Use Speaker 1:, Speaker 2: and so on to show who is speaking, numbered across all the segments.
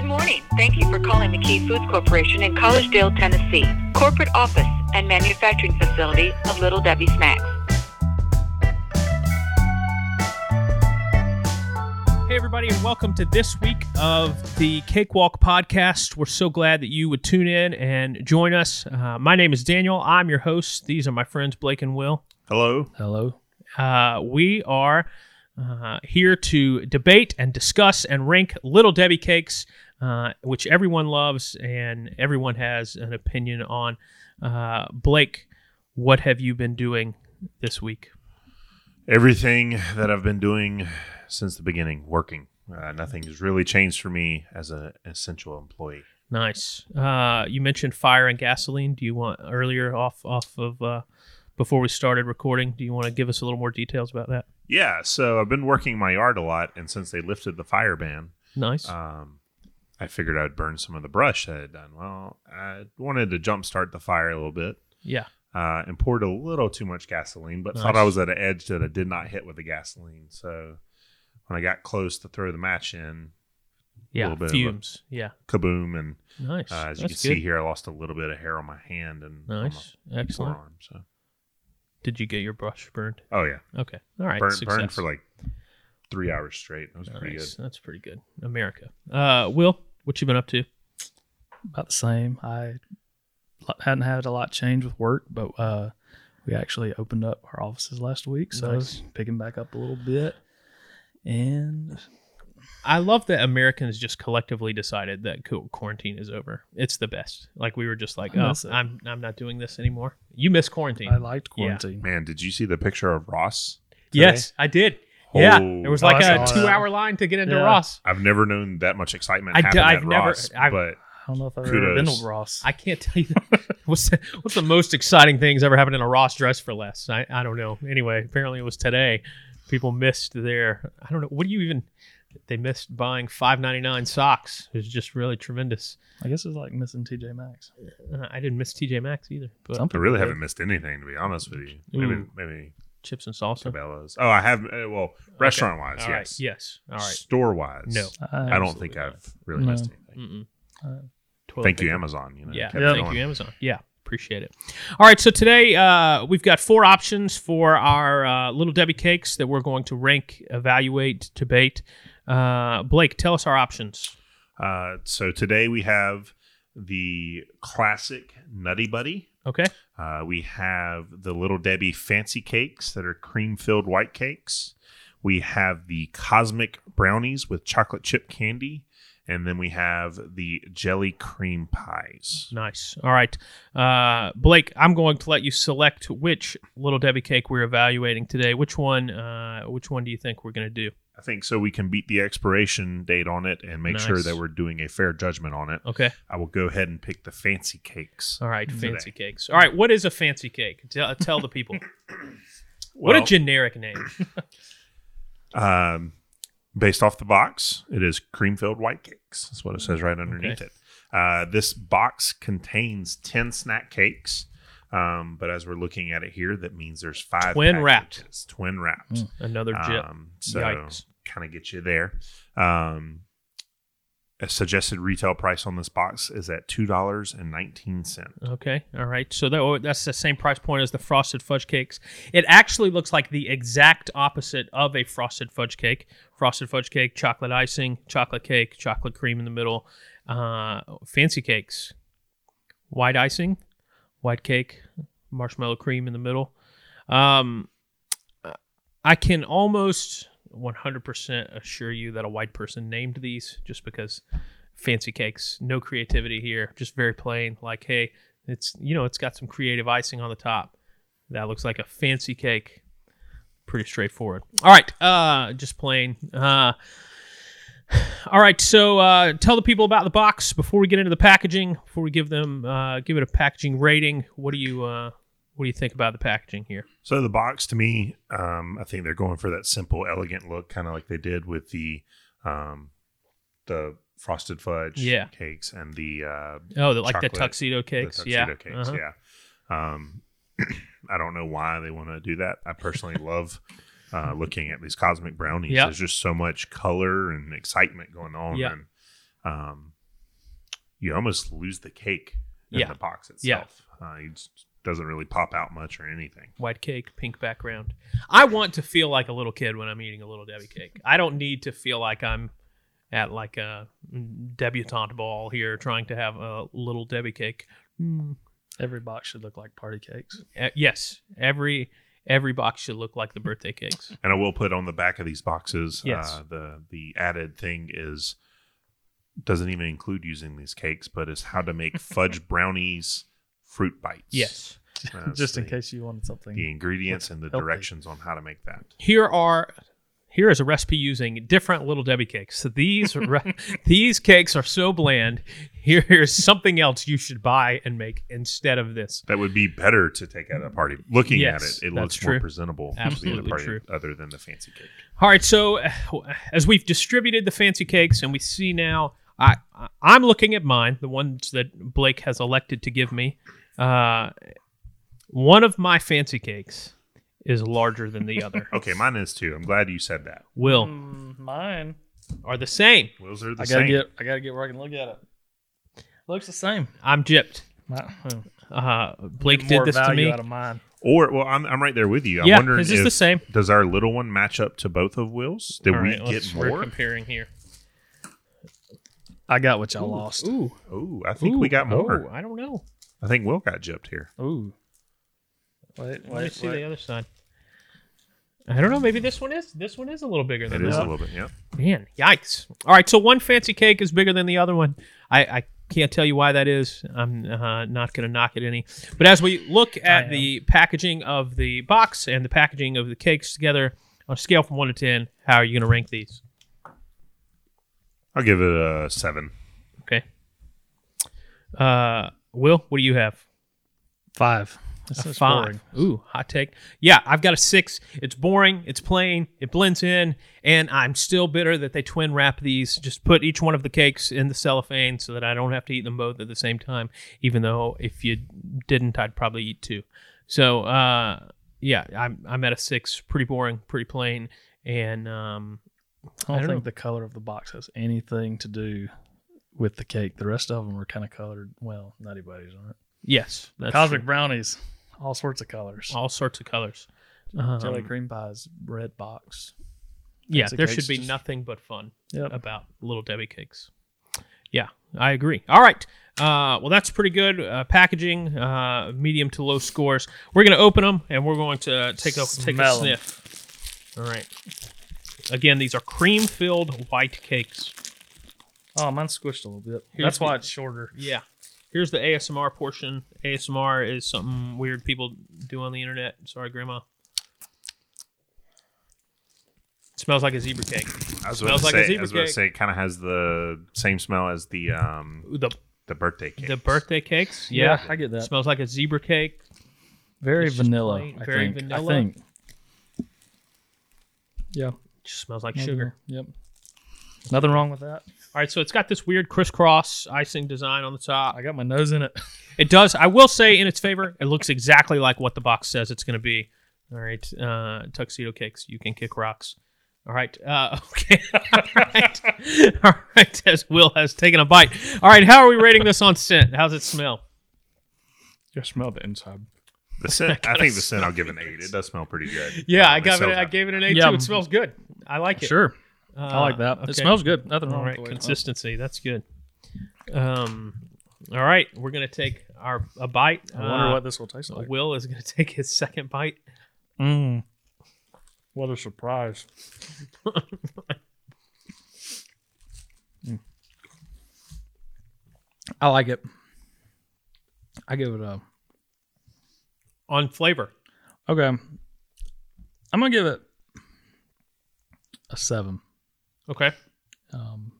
Speaker 1: Thank you for calling McKee Foods Corporation in Collegedale, Tennessee. Corporate office and manufacturing facility of Little Debbie Snacks.
Speaker 2: Hey, everybody, and welcome to this week of the Cakewalk Podcast. We're so glad that you would tune in and join us. Uh, my name is Daniel. I'm your host. These are my friends, Blake and Will.
Speaker 3: Hello.
Speaker 4: Hello.
Speaker 2: Uh, we are uh, here to debate and discuss and rank Little Debbie cakes, uh, which everyone loves and everyone has an opinion on. Uh, Blake, what have you been doing this week?
Speaker 3: Everything that I've been doing since the beginning, working. Uh, nothing has really changed for me as an essential employee.
Speaker 2: Nice. Uh, you mentioned fire and gasoline. Do you want earlier off off of uh, before we started recording? Do you want to give us a little more details about that?
Speaker 3: Yeah, so I've been working my yard a lot, and since they lifted the fire ban,
Speaker 2: Nice.
Speaker 3: um, I figured I'd burn some of the brush that I had done. Well, I wanted to jumpstart the fire a little bit
Speaker 2: yeah.
Speaker 3: uh, and poured a little too much gasoline, but thought
Speaker 2: Nice.
Speaker 3: I was at an edge that I did not hit with the gasoline. So when I got close to throw the match in,
Speaker 2: Yeah.
Speaker 3: little bit of a-
Speaker 2: Fumes. Yeah.
Speaker 3: kaboom! And
Speaker 2: Nice.
Speaker 3: uh, as you
Speaker 2: That's
Speaker 3: can
Speaker 2: good.
Speaker 3: see here, I lost a little bit of hair on my hand and on my
Speaker 2: Nice. Excellent.
Speaker 3: forearm, so.
Speaker 2: Did you get your brush burned?
Speaker 3: Oh yeah,
Speaker 2: Okay. All right.
Speaker 3: burn
Speaker 2: Success.
Speaker 3: burned for like three hours straight. That was pretty good.
Speaker 2: Nice. That's pretty good. America. Uh, Will, what you been up to?
Speaker 4: About the same. I lo- hadn't had a lot change with work, but uh, we actually opened up our offices last week, so
Speaker 2: Nice.
Speaker 4: picking back up a little bit. And
Speaker 2: I love that Americans just collectively decided that cu- quarantine is over. It's the best. Like we were just like,
Speaker 4: I
Speaker 2: oh,
Speaker 4: miss it.
Speaker 2: I'm I'm not doing this anymore. You miss quarantine.
Speaker 4: I liked quarantine.
Speaker 3: Man, did you see the picture of Ross? today?
Speaker 2: Yes, I did. Yeah, there was
Speaker 4: Oh,
Speaker 2: like
Speaker 4: I
Speaker 2: a
Speaker 4: saw that.
Speaker 2: two-hour line to get into
Speaker 4: Yeah.
Speaker 2: Ross.
Speaker 3: I've never known that much excitement.
Speaker 2: I
Speaker 3: I
Speaker 2: d-
Speaker 3: happen
Speaker 2: I've
Speaker 3: at
Speaker 2: never-
Speaker 3: Ross,
Speaker 2: I've-
Speaker 3: but
Speaker 4: I don't know if I've ever been
Speaker 3: Kudos.
Speaker 4: to Ross.
Speaker 2: I can't tell you what's the, what's the most exciting things ever happened in a Ross dress for less. I, I don't know. Anyway, apparently it was today. People missed their I don't know. What do you even? They missed buying five ninety nine socks. It was just really tremendous.
Speaker 4: I guess it's like missing TJ Maxx.
Speaker 2: Uh, I didn't miss TJ Maxx either, but
Speaker 4: Some
Speaker 3: I
Speaker 4: people
Speaker 3: really
Speaker 4: did.
Speaker 3: haven't missed anything to be honest with you. Maybe
Speaker 2: Ooh.
Speaker 3: maybe
Speaker 2: chips and salsa.
Speaker 3: Cabela's. Oh, I have. uh, Well, restaurant wise,
Speaker 2: All right.
Speaker 3: yes.
Speaker 2: Yes. All right.
Speaker 3: Store wise,
Speaker 2: No.
Speaker 3: I don't think I've really
Speaker 4: No.
Speaker 3: missed anything.
Speaker 2: Mm-mm.
Speaker 4: Uh,
Speaker 2: Toilet
Speaker 3: Thank you,
Speaker 2: paper.
Speaker 3: Amazon. You know,
Speaker 2: yeah,
Speaker 3: kept
Speaker 2: thank
Speaker 3: going.
Speaker 2: you, Amazon. Yeah, appreciate it. All right, so today uh, we've got four options for our uh, little Debbie cakes that we're going to rank, evaluate, debate. Uh, Blake, tell us our options.
Speaker 3: Uh, so today we have the classic Nutty Buddy.
Speaker 2: Okay.
Speaker 3: Uh, we have the Little Debbie Fancy Cakes that are cream filled white cakes. We have the Cosmic Brownies with chocolate chip candy. And then we have the Jelly Cream Pies.
Speaker 2: Nice. All right, uh, Blake, I'm going to let you select which little Debbie cake we're evaluating today. Which one? Uh, which one do you think we're going to do?
Speaker 3: I think so we can beat the expiration date on it and make sure
Speaker 2: Nice.
Speaker 3: that we're doing a fair judgment on it.
Speaker 2: Okay.
Speaker 3: I will go ahead and pick the fancy cakes.
Speaker 2: All right.
Speaker 3: Today.
Speaker 2: Fancy cakes. All right. What is a fancy cake? Tell, tell the people. what
Speaker 3: Well,
Speaker 2: a generic name.
Speaker 3: Um, based off the box, it is cream filled white cakes. That's what it says right underneath it. Uh, this box contains 10 snack cakes. Um, but as we're looking at it here, that means there's five
Speaker 2: Twin wrapped.
Speaker 3: packages, twin wrapped.
Speaker 2: Another jet.
Speaker 3: Um, so
Speaker 2: Yikes.
Speaker 3: kind of get you there. Um, a suggested retail price on this box is at two dollars and nineteen cent.
Speaker 2: Okay. All right. So that, oh, that's the same price point as the frosted fudge cakes. It actually looks like the exact opposite of a frosted fudge cake. Frosted fudge cake, chocolate icing, chocolate cake, chocolate cream in the middle, uh, fancy cakes, white icing, white cake, marshmallow cream in the middle. Um, I can almost 100% assure you that a white person named these just because fancy cakes, no creativity here, just very plain. Like, hey, it's you know, it's got some creative icing on the top. That looks like a fancy cake. Pretty straightforward. All right, uh, just plain. Uh, all right, so uh, tell the people about the box before we get into the packaging. Before we give them, uh, give it a packaging rating. What do you, uh, what do you think about the packaging here?
Speaker 3: So the box to me, um, I think they're going for that simple, elegant look, kind of like they did with the um, the frosted fudge
Speaker 2: Yeah.
Speaker 3: cakes and the, uh,
Speaker 2: Oh, the, like the
Speaker 3: Chocolate,
Speaker 2: tuxedo
Speaker 3: the
Speaker 2: cakes.
Speaker 3: tuxedo
Speaker 2: yeah,
Speaker 3: cakes.
Speaker 2: Uh-huh.
Speaker 3: Yeah. Um, I don't know why they want to do that. I personally love uh, looking at these cosmic brownies.
Speaker 2: Yeah.
Speaker 3: There's just so much color and excitement going on.
Speaker 2: Yeah.
Speaker 3: And, um, you almost lose the cake in
Speaker 2: Yeah.
Speaker 3: the box
Speaker 2: Yeah.
Speaker 3: itself. Uh, it just doesn't really pop out much or anything.
Speaker 2: White cake, pink background. I want to feel like a little kid when I'm eating a little Debbie cake. I don't need to feel like I'm at like a debutante ball here trying to have a little Debbie cake. Mm.
Speaker 4: hmm, Every box should look like party cakes.
Speaker 2: Uh, yes, every every box should look like the birthday cakes.
Speaker 3: And I will put on the back of these boxes.
Speaker 2: Yes.
Speaker 3: Uh, the the added thing is doesn't even include using these cakes, but is how to make fudge brownies, fruit bites.
Speaker 2: Yes.
Speaker 3: That's
Speaker 4: Just in
Speaker 3: the-
Speaker 4: case you wanted something.
Speaker 3: the ingredients and the
Speaker 4: Healthy.
Speaker 3: directions on how to make that.
Speaker 2: Here are here is a recipe using different little Debbie cakes. So these re- these cakes are so bland. Here is something else you should buy and make instead of this.
Speaker 3: That would be better to take at a party. Looking
Speaker 2: Yes,
Speaker 3: at it, it
Speaker 2: that's
Speaker 3: looks more
Speaker 2: true.
Speaker 3: presentable to be
Speaker 2: Absolutely
Speaker 3: at a party
Speaker 2: true.
Speaker 3: other than the fancy cake.
Speaker 2: All right, so uh, as we've distributed the fancy cakes and we see now, I I- I'm looking at mine, the ones that Blake has elected to give me. Uh, one of my fancy cakes is larger than the other.
Speaker 3: Okay, mine is too. I'm glad you said that.
Speaker 2: Will
Speaker 4: Mm, mine.
Speaker 2: are Hmm, the same.
Speaker 3: Wills are the
Speaker 4: I gotta
Speaker 3: same.
Speaker 4: get. I gotta get where I can look at it. Looks the same.
Speaker 2: I'm gypped.
Speaker 4: My- hmm.
Speaker 2: Uh, Blake
Speaker 4: Get
Speaker 2: did
Speaker 4: more
Speaker 2: this to
Speaker 4: value
Speaker 2: me.
Speaker 4: out of mine.
Speaker 3: Or well, I'm, I'm right there with you. I'm
Speaker 2: yeah,
Speaker 3: wondering
Speaker 2: is this
Speaker 3: if
Speaker 2: the same?
Speaker 3: does our little one match up to both of Will's? Did
Speaker 2: All
Speaker 3: we
Speaker 2: right,
Speaker 3: get
Speaker 2: let's- we're
Speaker 3: more?
Speaker 2: comparing here.
Speaker 4: I got what y'all lost.
Speaker 2: Ooh,
Speaker 3: Oh, I think we
Speaker 2: ooh,
Speaker 3: got more.
Speaker 2: Oh, I don't know.
Speaker 3: I think Will got gypped here.
Speaker 4: Ooh. Wait,
Speaker 2: Let me
Speaker 4: wait,
Speaker 2: see
Speaker 4: wait.
Speaker 2: the other side. I don't know. Maybe this one is. This one is a little bigger
Speaker 3: It
Speaker 2: than
Speaker 3: is
Speaker 2: this
Speaker 3: a little bit. Yeah.
Speaker 2: Man, yikes! All right, so one fancy cake is bigger than the other one. I, I can't tell you why that is. I'm uh, not going to knock it any. But as we look at
Speaker 4: am.
Speaker 2: the packaging of the box and the packaging of the cakes together on a scale from one to ten, how are you going to rank these?
Speaker 3: I'll give it a seven.
Speaker 2: Okay. Uh, Will, what do you have?
Speaker 4: Five. This
Speaker 2: A
Speaker 4: is
Speaker 2: five.
Speaker 4: boring.
Speaker 2: Ooh, hot take. Yeah, I've got a six. It's boring. It's plain. It blends in, and I'm still bitter that they twin wrap these. Just put each one of the cakes in the cellophane so that I don't have to eat them both at the same time. Even though if you didn't, I'd probably eat two. So uh, yeah, I'm I'm at a six. Pretty boring. Pretty plain. And um, I
Speaker 4: I don't
Speaker 2: don't
Speaker 4: think
Speaker 2: know.
Speaker 4: the color of the box has anything to do with the cake. The rest of them are kind of colored. Well, nutty buddies aren't.
Speaker 2: yes, that's
Speaker 4: Cosmic
Speaker 2: true.
Speaker 4: brownies, all sorts of colors.
Speaker 2: all sorts of colors. Um,
Speaker 4: Jelly cream pies, red box.
Speaker 2: yeah,
Speaker 4: fancy
Speaker 2: there
Speaker 4: cakes
Speaker 2: should be
Speaker 4: just-
Speaker 2: nothing but fun.
Speaker 4: Yep.
Speaker 2: about little Debbie cakes. Yeah, I agree. All right. Uh, well, that's pretty good uh, packaging. Uh, medium to low scores. We're gonna open them and we're going to take a take a
Speaker 4: Smell 'em.
Speaker 2: sniff. All right. Again, these are cream filled white cakes.
Speaker 4: Oh, mine squished a little bit.
Speaker 2: Here's
Speaker 4: That's why
Speaker 2: the-
Speaker 4: it's shorter.
Speaker 2: Yeah. Here's the ASMR portion. ASMR is something weird people do on the internet. Sorry, Grandma. smells like a zebra cake.
Speaker 3: I was
Speaker 2: Smells
Speaker 3: about to
Speaker 2: like a
Speaker 3: say,
Speaker 2: zebra
Speaker 3: I was about to
Speaker 2: cake.
Speaker 3: say, kind of has the same smell as the um
Speaker 2: The
Speaker 3: the birthday cake.
Speaker 2: the birthday cakes. Yeah.
Speaker 4: I get that.
Speaker 2: Smells like a zebra cake.
Speaker 4: Very
Speaker 2: It's just
Speaker 4: vanilla.
Speaker 2: plain-
Speaker 4: I
Speaker 2: very
Speaker 4: think.
Speaker 2: vanilla.
Speaker 4: I think. Yeah.
Speaker 2: Just smells like sugar.
Speaker 4: Yep. Nothing wrong with that.
Speaker 2: All right, so it's got this weird crisscross icing design on the top.
Speaker 4: I got my nose in it.
Speaker 2: It does. I will say in its favor, it looks exactly like what the box says it's going to be. All right, uh, tuxedo cakes. You can kick rocks. All right. Uh, okay. All right. All right. As Will has taken a bite. All right. How are we rating this on scent? How's it smell?
Speaker 4: You smell the inside.
Speaker 3: The scent, I think the scent. I'll give an eight. It does smell pretty good.
Speaker 2: Yeah, I
Speaker 3: Um,
Speaker 2: got it.
Speaker 3: smells
Speaker 2: I
Speaker 3: like-
Speaker 2: gave it an eight
Speaker 4: Yeah.
Speaker 2: too. It smells good. I like it.
Speaker 4: Sure.
Speaker 2: Uh,
Speaker 4: I like that.
Speaker 2: okay.
Speaker 4: It smells good. Nothing
Speaker 3: Oh,
Speaker 4: wrong
Speaker 2: All right,
Speaker 4: with the way it smells.
Speaker 2: consistency. That's good. Um, all right, we're gonna take our a bite.
Speaker 4: I wonder
Speaker 2: Uh,
Speaker 4: what this will taste like.
Speaker 2: Will is gonna take his second bite.
Speaker 4: Mm. What a surprise. I like it. I give it a.
Speaker 2: on flavor.
Speaker 4: Okay. I'm going to give it a seven.
Speaker 2: Okay.
Speaker 4: Um,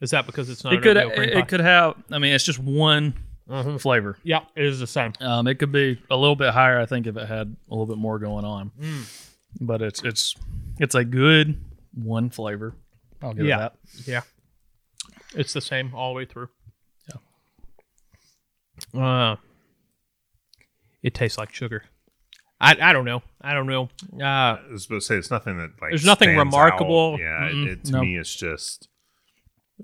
Speaker 2: Is that because it's not
Speaker 4: it
Speaker 2: an
Speaker 4: could
Speaker 2: Oreo Oh, cream
Speaker 4: it, Mm-hmm.
Speaker 2: pie?
Speaker 4: it could have, I mean, it's just one
Speaker 2: Mhm.
Speaker 4: flavor.
Speaker 2: Yeah, it is the same.
Speaker 4: Um, it could be a little bit higher, I think, if it had a little bit more going on.
Speaker 2: Mm.
Speaker 4: But it's it's it's a good one flavor. I'll give
Speaker 2: Yeah.
Speaker 4: it that.
Speaker 2: Yeah. It's the same all the way through. Yeah. Uh, it tastes like sugar. I, I don't know. I don't know. Uh,
Speaker 3: I was about to say it's nothing that like.
Speaker 2: There's nothing
Speaker 3: stands out.
Speaker 2: remarkable.
Speaker 3: Yeah, it,
Speaker 4: Mm-mm.
Speaker 3: it- to
Speaker 4: No.
Speaker 3: me, it's just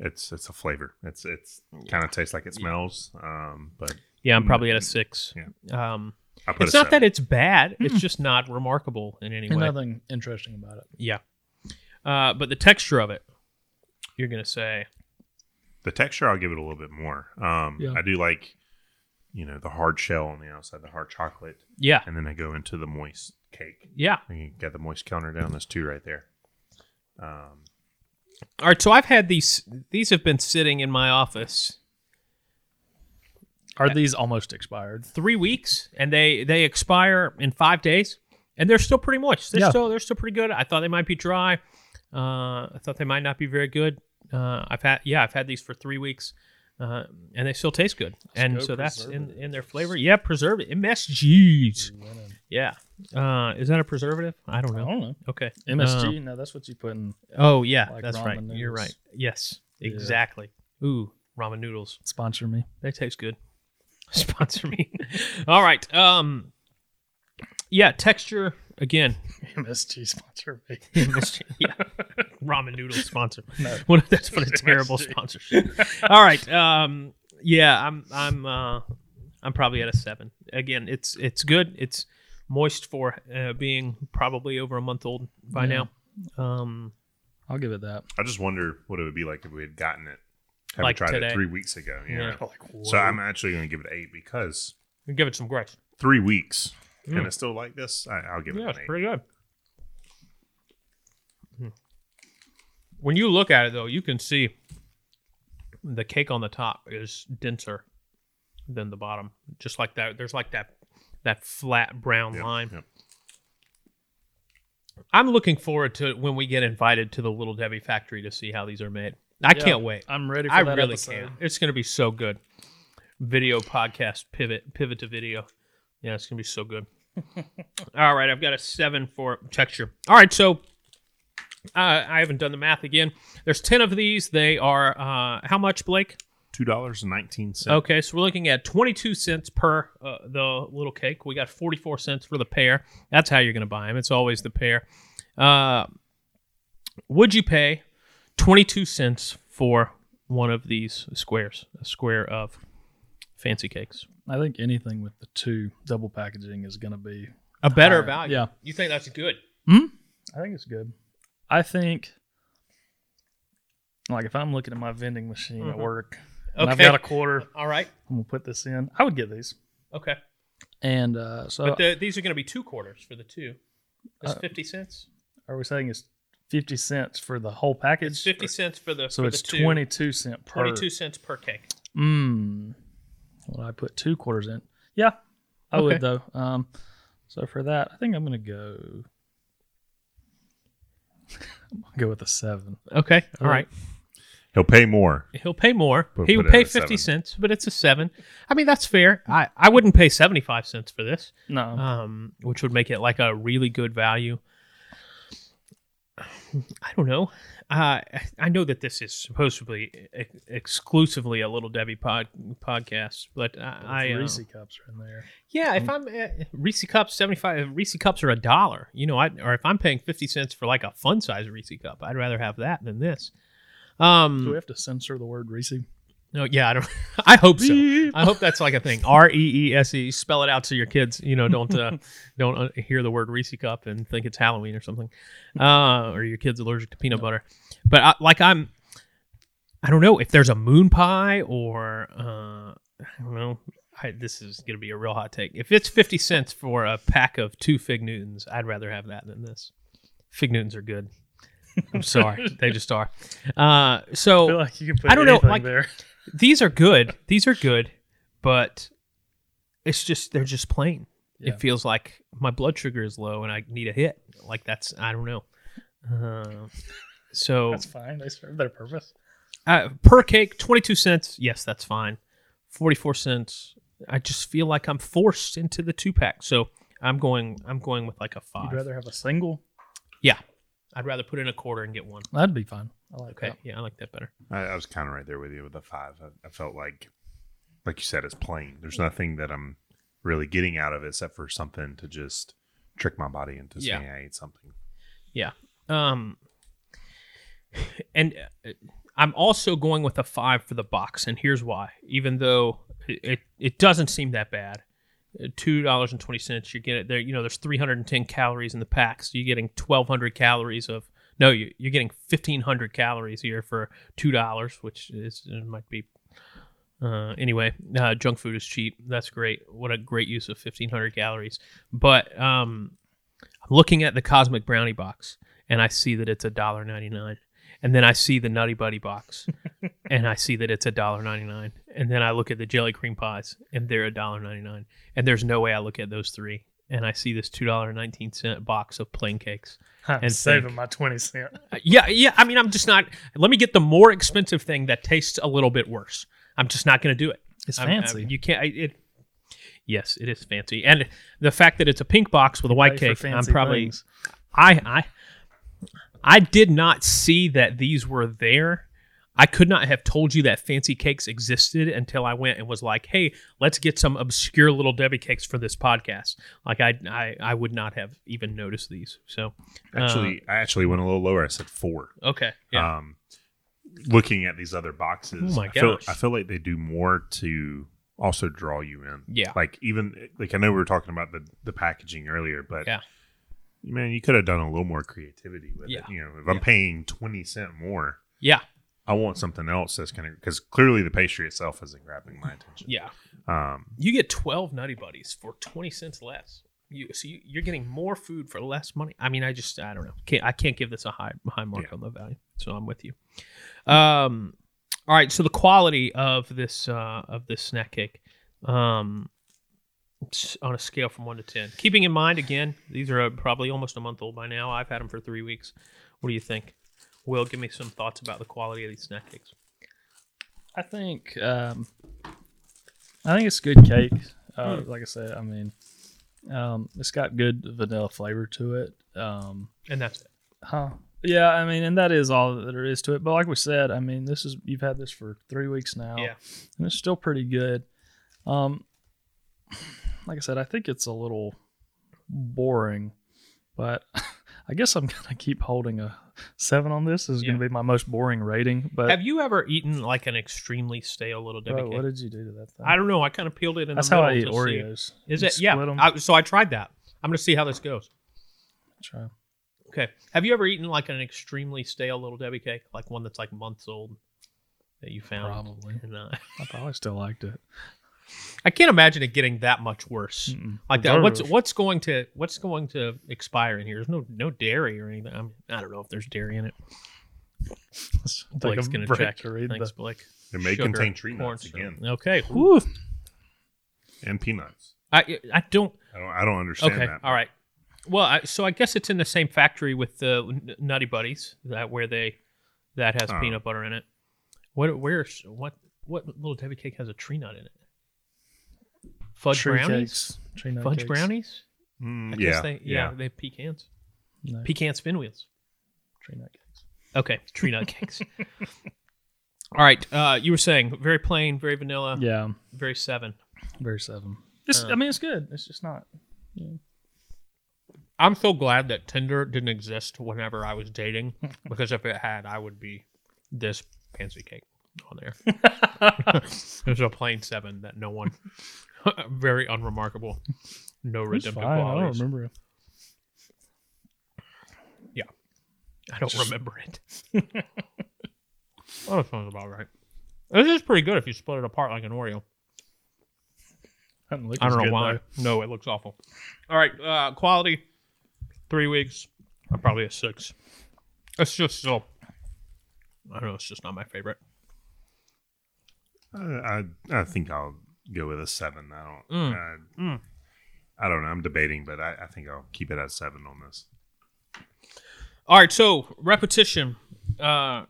Speaker 3: It's it's a flavor. It's it's kind of tastes like it smells. Um, but
Speaker 2: Yeah, I'm probably at a six. Um,
Speaker 3: I put
Speaker 2: it's
Speaker 3: a
Speaker 2: not
Speaker 3: seven.
Speaker 2: that it's bad. It's just not remarkable in any
Speaker 4: And
Speaker 2: way.
Speaker 4: nothing interesting about it.
Speaker 2: Yeah. Uh, but the texture of it, you're gonna say
Speaker 3: the texture. I'll give it a little bit more. Um,
Speaker 4: Yeah.
Speaker 3: I do like, you know, the hard shell on the outside, the hard chocolate,
Speaker 2: yeah,
Speaker 3: and then I go into the moist cake.
Speaker 2: yeah.
Speaker 3: And You got the moist counter down. There's two right there. Um,
Speaker 2: All right, so I've had these. These have been sitting in my office
Speaker 4: Are these almost expired?
Speaker 2: three weeks, and they they expire in five days, and they're still pretty moist. They're
Speaker 4: Yeah.
Speaker 2: still they're still pretty good. I thought they might be dry. Uh, I thought they might not be very good. Uh, I've had yeah, I've had these for three weeks, uh, and they still taste good. and
Speaker 4: go
Speaker 2: so that's in, in their flavor. Yeah, preservative MSGs. Yeah, uh, is that a preservative? I don't
Speaker 4: I
Speaker 2: know.
Speaker 4: don't know.
Speaker 2: Okay,
Speaker 4: MSG? no, that's what you put in
Speaker 2: Oh yeah,
Speaker 4: Like
Speaker 2: that's
Speaker 4: ramen
Speaker 2: right. You're
Speaker 4: noodles.
Speaker 2: right. Yes,
Speaker 4: Yeah.
Speaker 2: exactly. Ooh, ramen noodles.
Speaker 4: sponsor me.
Speaker 2: They taste good. Sponsor me. All right. Um. Yeah, texture again.
Speaker 4: MSG sponsor me.
Speaker 2: yeah, ramen noodle sponsor.
Speaker 4: No.
Speaker 2: What if that's what a terrible sponsorship. All right. Um. Yeah, I'm. I'm. Uh. I'm probably at a seven. Again, it's it's good. It's moist for uh, being probably over a month old by
Speaker 4: Yeah.
Speaker 2: now. Um.
Speaker 4: I'll give it that.
Speaker 3: I just wonder what it would be like if we had gotten it, had
Speaker 2: Like
Speaker 3: we tried
Speaker 2: today.
Speaker 3: it three weeks ago. Yeah.
Speaker 2: Yeah.
Speaker 3: So I'm actually going to give it eight because
Speaker 2: Give it some grace.
Speaker 3: three weeks
Speaker 2: Mm.
Speaker 3: and it's still like this. I, I'll give it
Speaker 2: Yeah,
Speaker 3: an
Speaker 2: it's
Speaker 3: eight.
Speaker 2: pretty good. Hmm. When you look at it, though, you can see the cake on the top is denser than the bottom. Just like that, there's like that that flat brown
Speaker 3: Yep,
Speaker 2: line.
Speaker 3: yep.
Speaker 2: I'm looking forward to when we get invited to the Little Debbie factory to see how these are made. I
Speaker 4: Yeah,
Speaker 2: can't wait.
Speaker 4: I'm ready for
Speaker 2: I
Speaker 4: that
Speaker 2: really
Speaker 4: episode.
Speaker 2: can. It's going to be so good. Video podcast pivot pivot to video. Yeah, it's going to be so good. All right, I've got a seven for texture. All right, so uh, I haven't done the math again. There's ten of these. They are uh, how much, Blake?
Speaker 3: Two dollars and nineteen cents.
Speaker 2: Okay, so we're looking at 22 cents per uh, the little cake. We got 44 cents for the pair. That's how you're going to buy them. It's always the pair. Uh, would you pay 22 cents for one of these squares, a square of fancy cakes?
Speaker 4: I think anything with the two double packaging is going to be.
Speaker 2: A better
Speaker 4: Higher,
Speaker 2: value.
Speaker 4: yeah.
Speaker 2: You think that's good?
Speaker 4: I think it's good. I think, like, if I'm looking at my vending machine at
Speaker 2: Mhm.
Speaker 4: work and I've
Speaker 2: Okay.
Speaker 4: got a quarter,
Speaker 2: All right.
Speaker 4: I'm going to put this in. I would get these.
Speaker 2: Okay.
Speaker 4: And uh, so
Speaker 2: But the, these are going to be two quarters for the two. That's
Speaker 4: Uh,
Speaker 2: 50 cents.
Speaker 4: are we saying it's 50 cents for the whole package?
Speaker 2: It's 50 cents for the
Speaker 4: So
Speaker 2: for
Speaker 4: it's
Speaker 2: the two,
Speaker 4: 22 cent per.
Speaker 2: 22 cents per cake.
Speaker 4: Mm. Well, I put two quarters in. Yeah, I
Speaker 2: Okay.
Speaker 4: would though. Um, so for that, I think I'm gonna go. I'm gonna go with a seven.
Speaker 2: Okay. All
Speaker 4: Uh,
Speaker 2: right.
Speaker 3: He'll pay more.
Speaker 2: He'll pay more.
Speaker 3: Put-
Speaker 2: he
Speaker 3: put
Speaker 2: would
Speaker 3: it
Speaker 2: pay
Speaker 3: at a
Speaker 2: fifty
Speaker 3: seven.
Speaker 2: cents, but it's a seven. I mean, that's fair. I, I wouldn't pay seventy five cents for this,
Speaker 4: No,
Speaker 2: um, which would make it like a really good value. I don't know. Uh, I- I know that this is supposedly ex- exclusively a Little Debbie pod, podcast, but I, I uh,
Speaker 4: Reese cups are in there.
Speaker 2: yeah, if I'm uh, Reese cups seventy five, Reese cups are a dollar. You know, I or if I'm paying fifty cents for like a fun size Reese cup, I'd rather have that than this. Um,
Speaker 4: Do we have to censor the word Reese?
Speaker 2: No, yeah, I don't. I hope so. I hope that's like a thing. R e e s e. Spell it out so your kids, you know, don't uh, don't uh, hear the word Reese cup and think it's Halloween or something, uh, or your kid's allergic to peanut butter. But I, like I'm, I don't know if there's a moon pie or uh, I don't know. I, this is gonna be a real hot take. If it's fifty cents for a pack of two fig Newtons, I'd rather have that than this. Fig Newtons are good. I'm sorry, they just are. Uh, so
Speaker 4: I feel like you can put
Speaker 2: I don't know,
Speaker 4: anything
Speaker 2: like-
Speaker 4: there.
Speaker 2: these are good. These are good, but it's just they're just plain.
Speaker 4: Yeah.
Speaker 2: It feels like my blood sugar is low and I need a hit. Like that's I don't know. Uh, so
Speaker 4: That's fine. They serve their purpose.
Speaker 2: uh, per cake, twenty two cents. Yes, that's fine. Forty four cents. I just feel like I'm forced into the two pack. So I'm going. I'm going with like a five.
Speaker 4: You'd rather have a single?
Speaker 2: yeah, I'd rather put in a quarter and get one.
Speaker 4: That'd be fine. I like
Speaker 2: Okay.
Speaker 4: that.
Speaker 2: Yeah, I like that better.
Speaker 3: I, I was kind of right there with you with the five. I, I felt like, like you said, it's plain. There's nothing that I'm really getting out of it except for something to just trick my body into
Speaker 2: Yeah.
Speaker 3: saying I ate something.
Speaker 2: Yeah. Um and uh, I'm also going with a five for the box, and here's why. Even though it it, it doesn't seem that bad, uh, two dollars and twenty cents, you get it there. You know, there's 310 calories in the pack, so you're getting 1,200 calories of. No, you, you're getting 1,500 calories here for two dollars, which is it might be. Uh, anyway, uh, junk food is cheap. That's great. What a great use of 1,500 calories. But um, looking at the cosmic brownie box and I see that it's a dollar ninety nine. And then I see the Nutty Buddy box and I see that it's a dollar ninety nine. And then I look at the jelly cream pies and they're a dollar ninety nine. And there's no way I look at those three. And I see this two dollar nineteen cent box of plain cakes.
Speaker 4: I'm
Speaker 2: And
Speaker 4: saving
Speaker 2: think.
Speaker 4: my twenty cent.
Speaker 2: Uh, Yeah, yeah. I mean, I'm just not. Let me get the more expensive thing that tastes a little bit worse. I'm just not going to do it.
Speaker 4: It's
Speaker 2: I'm- I'm-
Speaker 4: fancy.
Speaker 2: you can't. I, it. Yes, it is fancy, and the fact that it's a pink box with a white
Speaker 4: Pay for
Speaker 2: cake, I'm
Speaker 4: fancy
Speaker 2: probably.
Speaker 4: things.
Speaker 2: I I I did not see that these were there. I could not have told you that fancy cakes existed until I went and was like, "Hey, let's get some obscure little Debbie cakes for this podcast." Like I I, I would not have even noticed these. So
Speaker 3: Actually, I actually went a little lower. I said four.
Speaker 2: okay, Uh, yeah,
Speaker 3: Um, looking at these other boxes,
Speaker 2: Oh my
Speaker 3: I, feel,
Speaker 2: gosh.
Speaker 3: I feel like they do more to also draw you in.
Speaker 2: Yeah.
Speaker 3: Like even like I know we were talking about the the packaging earlier, but
Speaker 2: Yeah.
Speaker 3: man, you could have done a little more creativity with
Speaker 2: Yeah.
Speaker 3: it. You know, if I'm
Speaker 2: Yeah.
Speaker 3: paying twenty cent more,
Speaker 2: yeah,
Speaker 3: I want something else that's gonna because clearly the pastry itself isn't grabbing my attention.
Speaker 2: yeah.
Speaker 3: Um,
Speaker 2: You get twelve Nutty Buddies for twenty cents less. You so you, you're getting more food for less money. I mean, I just I don't know. Can't, I can't give this a high high mark
Speaker 3: Yeah.
Speaker 2: on the value. So I'm with you. Um, all right. So the quality of this uh, of this snack cake, um, s- on a scale from one to ten, keeping in mind again, these are uh, probably almost a month old by now. I've had them for three weeks. What do you think? Will, give me some thoughts about the quality of these snack cakes.
Speaker 4: I think um, I think it's good cake. Uh,
Speaker 2: Hmm.
Speaker 4: Like I said, I mean, um, it's got good vanilla flavor to it. Um,
Speaker 2: And that's it.
Speaker 4: huh? Yeah, I mean, and that is all that there is to it. But like we said, I mean, this is you've had this for three weeks now,
Speaker 2: Yeah.
Speaker 4: and it's still pretty good. Um, like I said, I think it's a little boring, but I guess I'm gonna keep holding a seven on this. This is gonna
Speaker 2: Yeah.
Speaker 4: be my most boring rating. But
Speaker 2: Have you ever eaten like an extremely stale little Debbie
Speaker 4: Bro,
Speaker 2: cake?
Speaker 4: what did you do to that thing?
Speaker 2: I don't know. I kind of peeled it in
Speaker 4: That's
Speaker 2: the
Speaker 4: how
Speaker 2: middle.
Speaker 4: I eat
Speaker 2: to see.
Speaker 4: Oreos.
Speaker 2: Is
Speaker 4: You
Speaker 2: it? Yeah.
Speaker 4: split 'em.
Speaker 2: I, so I tried that. I'm gonna see how this goes.
Speaker 4: Try.
Speaker 2: Okay. Have you ever eaten like an extremely stale little Debbie cake, like one that's like months old that you found?
Speaker 4: Probably.
Speaker 2: And, uh,
Speaker 4: I probably still liked it.
Speaker 2: I can't imagine it getting that much worse.
Speaker 4: Mm-mm.
Speaker 2: Like that. What's
Speaker 4: Preservatives.
Speaker 2: what's going to what's going to expire in here? There's no no dairy or anything. I, mean, I don't know if there's dairy in it.
Speaker 4: Let's take a
Speaker 2: Blake's gonna
Speaker 4: break
Speaker 2: check.
Speaker 4: to read
Speaker 2: Thanks,
Speaker 4: the-
Speaker 2: Blake.
Speaker 3: it may
Speaker 2: Sugar,
Speaker 3: contain tree
Speaker 2: corn
Speaker 3: nuts
Speaker 2: syrup.
Speaker 3: again
Speaker 2: Okay.
Speaker 4: Whew.
Speaker 3: and peanuts.
Speaker 2: I I don't
Speaker 3: I don't, I don't understand
Speaker 2: Okay.
Speaker 3: that.
Speaker 2: All right. Well, I, so I guess it's in the same factory with the N- Nutty Buddies that where they that has
Speaker 3: Oh.
Speaker 2: peanut butter in it. What? Where's what? What little Debbie cake has a tree nut in it? Fudge
Speaker 4: Tree
Speaker 2: brownies.
Speaker 4: cakes. Tree nut
Speaker 2: Fudge
Speaker 4: cakes.
Speaker 2: brownies.
Speaker 3: Mm,
Speaker 2: I
Speaker 3: yeah,
Speaker 2: guess they, yeah.
Speaker 3: yeah.
Speaker 2: They have pecans.
Speaker 4: No,
Speaker 2: Pecan spin wheels.
Speaker 4: tree nut cakes.
Speaker 2: Okay. Tree nut cakes. All right. Uh, you were saying very plain, very vanilla,
Speaker 4: Yeah,
Speaker 2: very seven.
Speaker 4: very seven. It's, I
Speaker 2: Uh.
Speaker 4: mean, it's good. It's just not.
Speaker 2: I'm so glad that Tinder didn't exist whenever I was dating because if it had, I would be this fancy cake on there. There's a plain seven that no one, very unremarkable, no
Speaker 4: It's
Speaker 2: redemptive
Speaker 4: fine. I don't
Speaker 2: qualities. I don't,
Speaker 4: remember. Just-
Speaker 2: remember it. well, that sounds about right. This is pretty good if you split it apart like an Oreo.
Speaker 4: I don't,
Speaker 2: I don't know why. No, it looks awful. All right, uh, quality, three weeks. I'm probably a six. It's just so. I don't know. It's just not my favorite.
Speaker 3: I, Uh, I I think I'll go with a seven. I don't. I,
Speaker 2: Mm.
Speaker 3: I don't know. I'm debating, but I, I think I'll keep it at seven on this.
Speaker 2: All right, so repetition. Uh,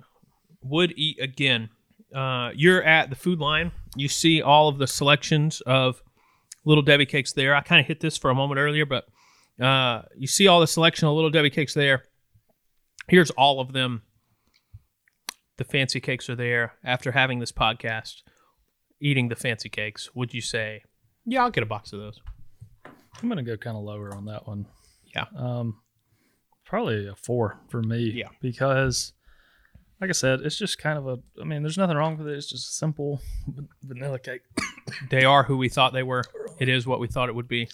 Speaker 2: would eat again. Uh, you're at the food line. You see all of the selections of Little Debbie cakes there. I kind of hit this for a moment earlier, but uh, you see all the selection of Little Debbie cakes there. Here's all of them. The fancy cakes are there. After having this podcast, eating the fancy cakes, would you say, "Yeah, I'll get a box of those"?
Speaker 4: I'm gonna go kind of lower on that one.
Speaker 2: Yeah.
Speaker 4: Um, probably a four for me.
Speaker 2: Yeah.
Speaker 4: Because like I said, it's just kind of a. I mean, there's nothing wrong with it. It's just a simple vanilla cake.
Speaker 2: They are who we thought they were. It is what we thought it would be.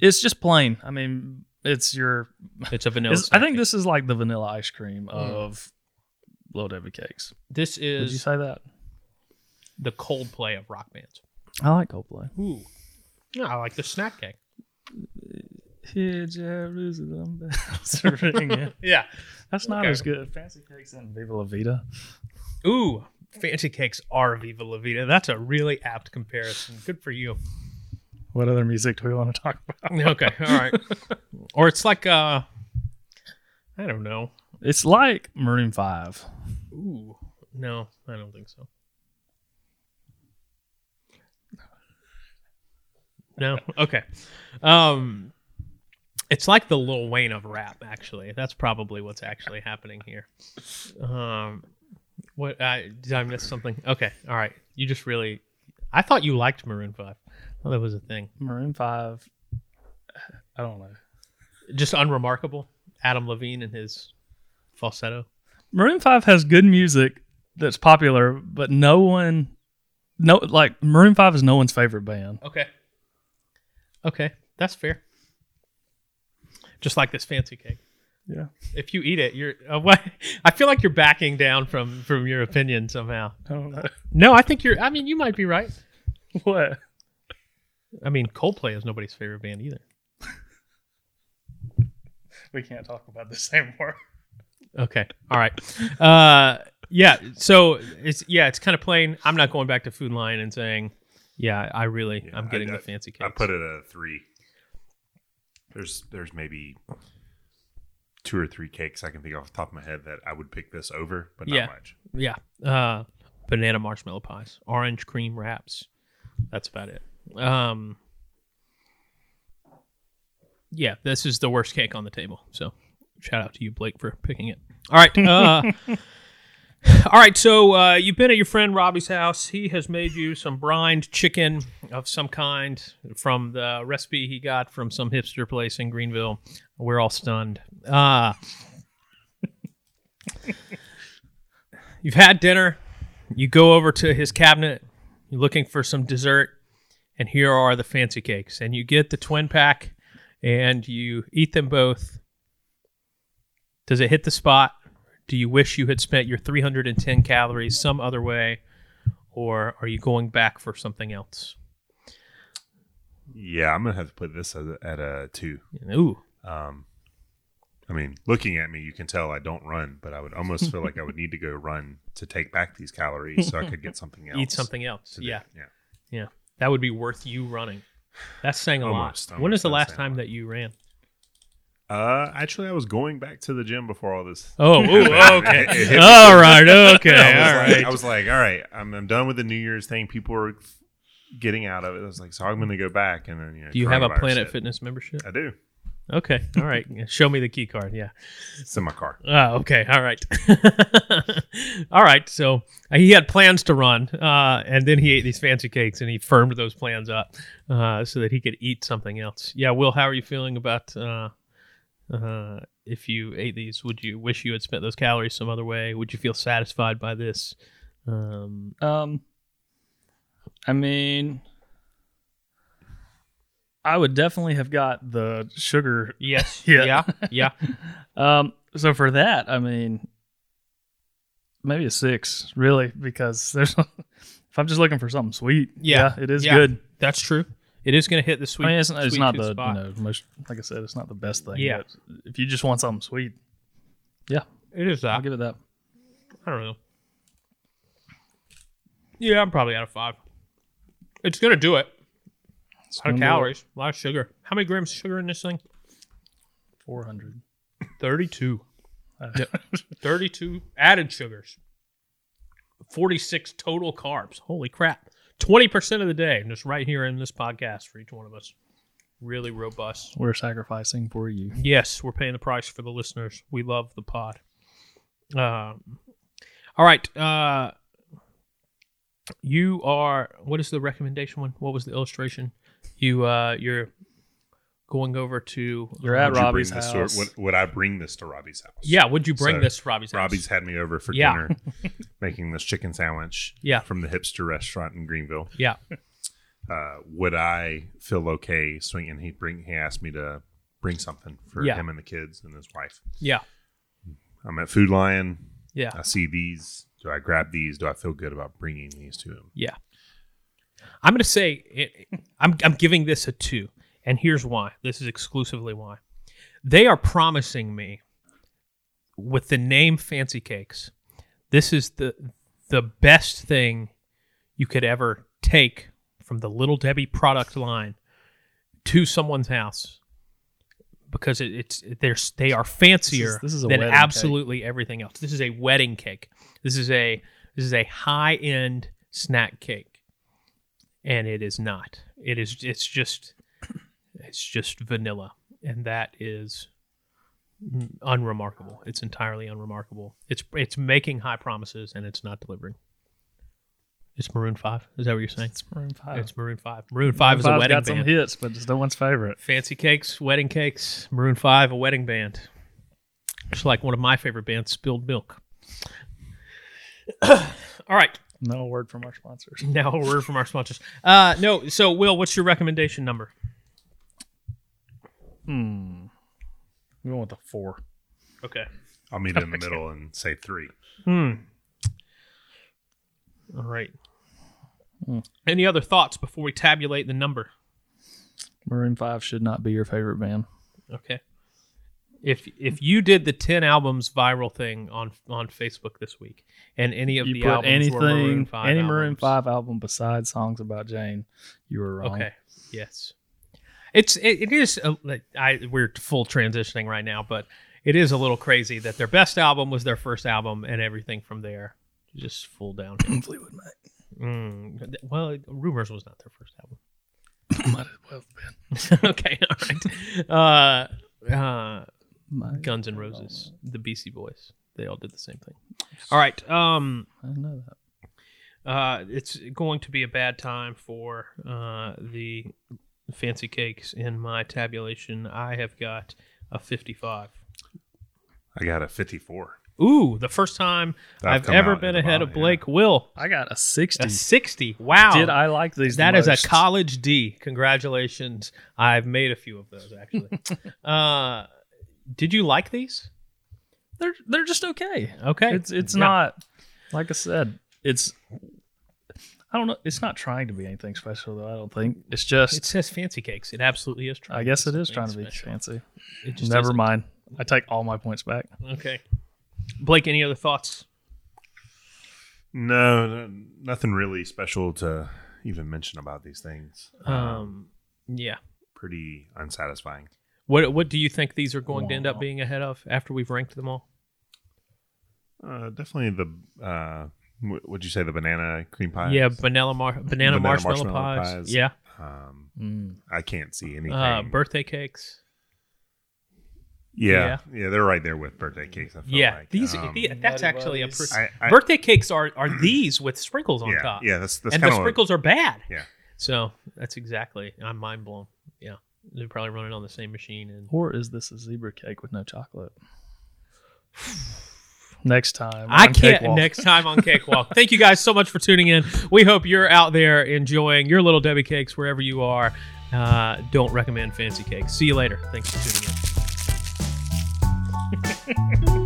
Speaker 4: It's just plain. I mean, it's your.
Speaker 2: It's a vanilla.
Speaker 4: it's- I think
Speaker 2: snack.
Speaker 4: this is like the vanilla ice cream of low Debbie cakes.
Speaker 2: this
Speaker 4: Would you
Speaker 2: is
Speaker 4: say that?
Speaker 2: the cold play of rock bands.
Speaker 4: I like Coldplay.
Speaker 2: Ooh, yeah, I like the snack cake.
Speaker 4: Here, Jerusalem bells are ringing.
Speaker 2: Yeah.
Speaker 4: That's not
Speaker 2: Okay.
Speaker 4: as good. Fancy cakes and Viva La Vida.
Speaker 2: Ooh, fancy cakes are Viva La Vida. That's a really apt comparison. Good for you.
Speaker 4: What other music do we want to talk about?
Speaker 2: Okay, all right. or it's like uh, I don't know.
Speaker 4: It's like Maroon Five.
Speaker 2: Ooh, no, I don't think so. No, okay. Um, it's like the Lil Wayne of rap. Actually, that's probably what's actually happening here. Um, what I did I miss something? Okay, all right. You just really, I thought you liked Maroon Five. I thought that was a thing.
Speaker 4: Maroon Five. I don't know.
Speaker 2: Just unremarkable. Adam Levine and his falsetto.
Speaker 4: Maroon Five has good music that's popular, but no one, no like Maroon Five is no one's favorite band.
Speaker 2: Okay. Okay, that's fair. Just like this fancy cake.
Speaker 4: Yeah.
Speaker 2: If you eat it, you're. Uh, what? I feel like you're backing down from from your opinion somehow.
Speaker 4: I don't know
Speaker 2: No, I think you're. I mean, you might be right.
Speaker 4: what.
Speaker 2: I mean, Coldplay is nobody's favorite band either.
Speaker 4: We can't talk about this anymore.
Speaker 2: Okay. All right. Uh, yeah. So it's yeah, it's kind of plain. I'm not going back to Food Line and saying, yeah, I really,
Speaker 3: Yeah,
Speaker 2: I'm getting
Speaker 3: I-
Speaker 2: the fancy cake.
Speaker 3: I put it at a three. There's there's maybe two or three cakes I can think off the top of my head that I would pick this over, but not
Speaker 2: Yeah.
Speaker 3: much.
Speaker 2: Yeah. Uh, banana marshmallow pies, orange cream wraps. That's about it. Um, yeah, this is the worst cake on the table. So shout out to you, Blake, for picking it. All right. Uh, all right. So uh, you've been at your friend Robbie's house. He has made you some brined chicken of some kind from the recipe he got from some hipster place in Greenville. We're all stunned. Uh, You've had dinner. You go over to his cabinet. You're looking for some dessert. And here are the fancy cakes. And you get the twin pack and you eat them both. Does it hit the spot? Do you wish you had spent your 310 calories some other way? Or are you going back for something else?
Speaker 3: Yeah, I'm gonna have to put this at a, at a two.
Speaker 2: Ooh.
Speaker 3: Um, I mean, looking at me, you can tell I don't run, but I would almost feel like I would need to go run to take back these calories so I could get something else.
Speaker 2: Eat something else.
Speaker 3: to do.
Speaker 2: Yeah.
Speaker 3: yeah.
Speaker 2: Yeah. That would be worth you running. That's saying a
Speaker 3: Almost,
Speaker 2: lot. when is
Speaker 3: almost,
Speaker 2: the
Speaker 3: that's
Speaker 2: last
Speaker 3: saying a
Speaker 2: time
Speaker 3: lot.
Speaker 2: that you ran?
Speaker 3: Uh, actually, I was going back to the gym before all this.
Speaker 2: Oh, ooh,
Speaker 3: It- it hit
Speaker 2: okay.
Speaker 3: me.
Speaker 2: all right. Okay.
Speaker 3: I was
Speaker 2: All
Speaker 3: like-
Speaker 2: right.
Speaker 3: I was like, all right, I'm, I'm done with the New Year's thing. People are getting out of it. I was like, so I'm going to go back. And then, you know,
Speaker 2: Do you have a
Speaker 3: coronavirus
Speaker 2: Planet
Speaker 3: hit.
Speaker 2: Fitness membership?
Speaker 3: I do.
Speaker 2: Okay. All right. Yeah, Show me the key card. Yeah.
Speaker 3: It's in my car.
Speaker 2: Oh, okay. All right. All right. So uh, he had plans to run, uh, and then he ate these fancy cakes and he firmed those plans up uh, so that he could eat something else. Yeah. Will, how are you feeling about uh, uh, if you ate these? Would you wish you had spent those calories some other way? Would you feel satisfied by this? Um,
Speaker 4: Um, I mean, I would definitely have got the sugar.
Speaker 2: yes.
Speaker 4: Yeah.
Speaker 2: Yeah. Yeah.
Speaker 4: Um, so for that, I mean, maybe a six, really, because there's. if I'm just looking for something sweet,
Speaker 2: Yeah.
Speaker 4: it is
Speaker 2: Yeah.
Speaker 4: good.
Speaker 2: That's true. It is going to hit the sweet.
Speaker 4: I mean, it's, it's
Speaker 2: sweet
Speaker 4: not
Speaker 2: tooth
Speaker 4: the
Speaker 2: spot.
Speaker 4: you know most like I said, it's not the best thing.
Speaker 2: Yeah.
Speaker 4: but if you just want something sweet, yeah,
Speaker 2: It is that.
Speaker 4: I'll give it that.
Speaker 2: I don't know. Yeah, I'm probably out of five. It's gonna do it. A lot of calories, a lot of sugar. How many grams of sugar in this thing?
Speaker 4: Four hundred.
Speaker 2: 32. 32 Uh, added sugars. 46 total carbs. Holy crap. 20% of the day, just right here in this podcast for each one of us. Really robust.
Speaker 4: We're sacrificing for you.
Speaker 2: Yes, we're paying the price for the listeners. We love the pod. Um, all right. Uh, you are. What is the recommendation one? What was the illustration? You uh, you're going over to
Speaker 4: You're at
Speaker 3: Would you bring
Speaker 4: Robbie's
Speaker 3: this to-
Speaker 4: house.
Speaker 3: would, would I bring this to Robbie's house?
Speaker 2: yeah. Would you bring
Speaker 3: So,
Speaker 2: this to Robbie's? house?
Speaker 3: Robbie's had me over for
Speaker 2: Yeah.
Speaker 3: dinner, making this chicken sandwich
Speaker 2: Yeah.
Speaker 3: from the hipster restaurant in Greenville.
Speaker 2: Yeah.
Speaker 3: Uh, would I feel okay swinging? He bring he asked me to bring something for
Speaker 2: Yeah.
Speaker 3: him and the kids and his wife.
Speaker 2: Yeah.
Speaker 3: I'm at Food Lion.
Speaker 2: Yeah.
Speaker 3: I see these. Do I grab these? Do I feel good about bringing these to him?
Speaker 2: Yeah. I'm going to say it, I'm, I'm giving this a two. And here's why. This is exclusively why. They are promising me with the name Fancy Cakes, this is the the best thing you could ever take from the Little Debbie product line to someone's house because it, it's they're they are fancier
Speaker 4: this is a
Speaker 2: than
Speaker 4: wedding cake.
Speaker 2: absolutely everything else. This is a wedding cake. This is a this is a high end snack cake, and it is not. It is it's just it's just vanilla, and that is unremarkable. It's entirely unremarkable. It's it's making high promises and it's not delivering. It's Maroon Five. Is that what you're saying? It's
Speaker 4: Maroon Five.
Speaker 2: It's Maroon Five. Maroon Five is a
Speaker 4: Five's
Speaker 2: wedding
Speaker 4: got some
Speaker 2: band.
Speaker 4: hits, but it's no one's favorite.
Speaker 2: Fancy cakes, wedding cakes. Maroon Five, a wedding band. Just like one of my favorite bands, Spilled Milk. All right,
Speaker 4: No word from our sponsors.
Speaker 2: now a word from our sponsors. Uh, no, so Will, what's your recommendation number?
Speaker 4: Hmm. We went with the four.
Speaker 2: Okay.
Speaker 3: I'll meet in the middle and say three.
Speaker 2: Hmm. All right.
Speaker 4: Hmm.
Speaker 2: Any other thoughts before we tabulate the number?
Speaker 4: Maroon Five should not be your favorite band.
Speaker 2: Okay. If if you did the ten albums viral thing on on Facebook this week, and any of the
Speaker 4: You put
Speaker 2: albums
Speaker 4: anything,
Speaker 2: were Maroon Five,
Speaker 4: any Maroon
Speaker 2: albums,
Speaker 4: Five album besides songs about Jane, you were wrong.
Speaker 2: Okay. Yes. It's it, it is a, like, I we're full transitioning right now, but it is a little crazy that their best album was their first album, and everything from there just full down.
Speaker 4: Fleetwood Mac
Speaker 2: Mm. Well, Rumors was not their first album.
Speaker 4: might as well have been.
Speaker 2: okay, all right. Uh, uh,
Speaker 4: Might-
Speaker 2: Guns and Roses, the BC Boys, they all did the same thing. All right. Um,
Speaker 4: I know that.
Speaker 2: uh, it's going to be a bad time for uh, the fancy cakes. In my tabulation, I have got a 55.
Speaker 3: I got a 54.
Speaker 2: Ooh, the first time
Speaker 3: I've
Speaker 2: I've,
Speaker 3: come
Speaker 2: ever
Speaker 3: out
Speaker 2: been
Speaker 3: in the
Speaker 2: ahead
Speaker 3: bottom,
Speaker 2: of Blake. Will
Speaker 4: I got a sixty.
Speaker 2: a 60. Wow.
Speaker 4: Did I like these?
Speaker 2: That
Speaker 4: the
Speaker 2: is a
Speaker 4: most?
Speaker 2: college D. Congratulations. I've made a few of those actually. uh, did you like these?
Speaker 4: They're they're just okay.
Speaker 2: Okay.
Speaker 4: It's it's
Speaker 2: Yeah.
Speaker 4: not like I said. It's I don't know. It's not trying to be anything special though. I don't think it's just.
Speaker 2: It says fancy cakes. It absolutely is trying.
Speaker 4: I
Speaker 2: to
Speaker 4: guess
Speaker 2: be
Speaker 4: it is
Speaker 2: something
Speaker 4: trying to be
Speaker 2: special.
Speaker 4: fancy.
Speaker 2: It just
Speaker 4: Never
Speaker 2: isn't.
Speaker 4: mind. I take all my points back.
Speaker 2: Okay. Blake, any other thoughts?
Speaker 3: No, no, nothing really special to even mention about these things.
Speaker 4: Uh,
Speaker 3: Uh,
Speaker 2: Um, yeah.
Speaker 3: Pretty unsatisfying.
Speaker 2: What What do you think these are going to end up being ahead of after we've ranked them all?
Speaker 3: Uh, definitely the uh, wh- would you say the banana cream pie?
Speaker 2: Yeah, vanilla mar- banana,
Speaker 3: Banana
Speaker 2: marshmallow,
Speaker 3: marshmallow
Speaker 2: pies.
Speaker 3: pies.
Speaker 2: Yeah,
Speaker 3: Um,
Speaker 2: Hmm.
Speaker 3: I can't see anything.
Speaker 2: uh, birthday cakes.
Speaker 3: yeah, yeah, they're right there with birthday cakes. I feel
Speaker 2: Yeah,
Speaker 3: like.
Speaker 2: these.
Speaker 3: Um,
Speaker 2: the- that's
Speaker 4: Nutty
Speaker 2: actually a
Speaker 4: Buddies.
Speaker 2: pers-
Speaker 3: I, I,
Speaker 2: birthday cakes are are these with sprinkles on
Speaker 3: yeah,
Speaker 2: top.
Speaker 3: yeah, that's that's
Speaker 2: and the
Speaker 3: kind of
Speaker 2: sprinkles are bad.
Speaker 3: yeah.
Speaker 2: So that's exactly. I'm mind blown. Yeah, they're probably running on the same machine. And
Speaker 4: Or is this a zebra cake with no chocolate? Next time.
Speaker 2: I
Speaker 4: on
Speaker 2: can't
Speaker 4: Cakewalk.
Speaker 2: next time on Cakewalk. Thank you guys so much for tuning in. We hope you're out there enjoying your little Debbie cakes wherever you are. Uh, don't recommend fancy cakes. See you later. Thanks for tuning in.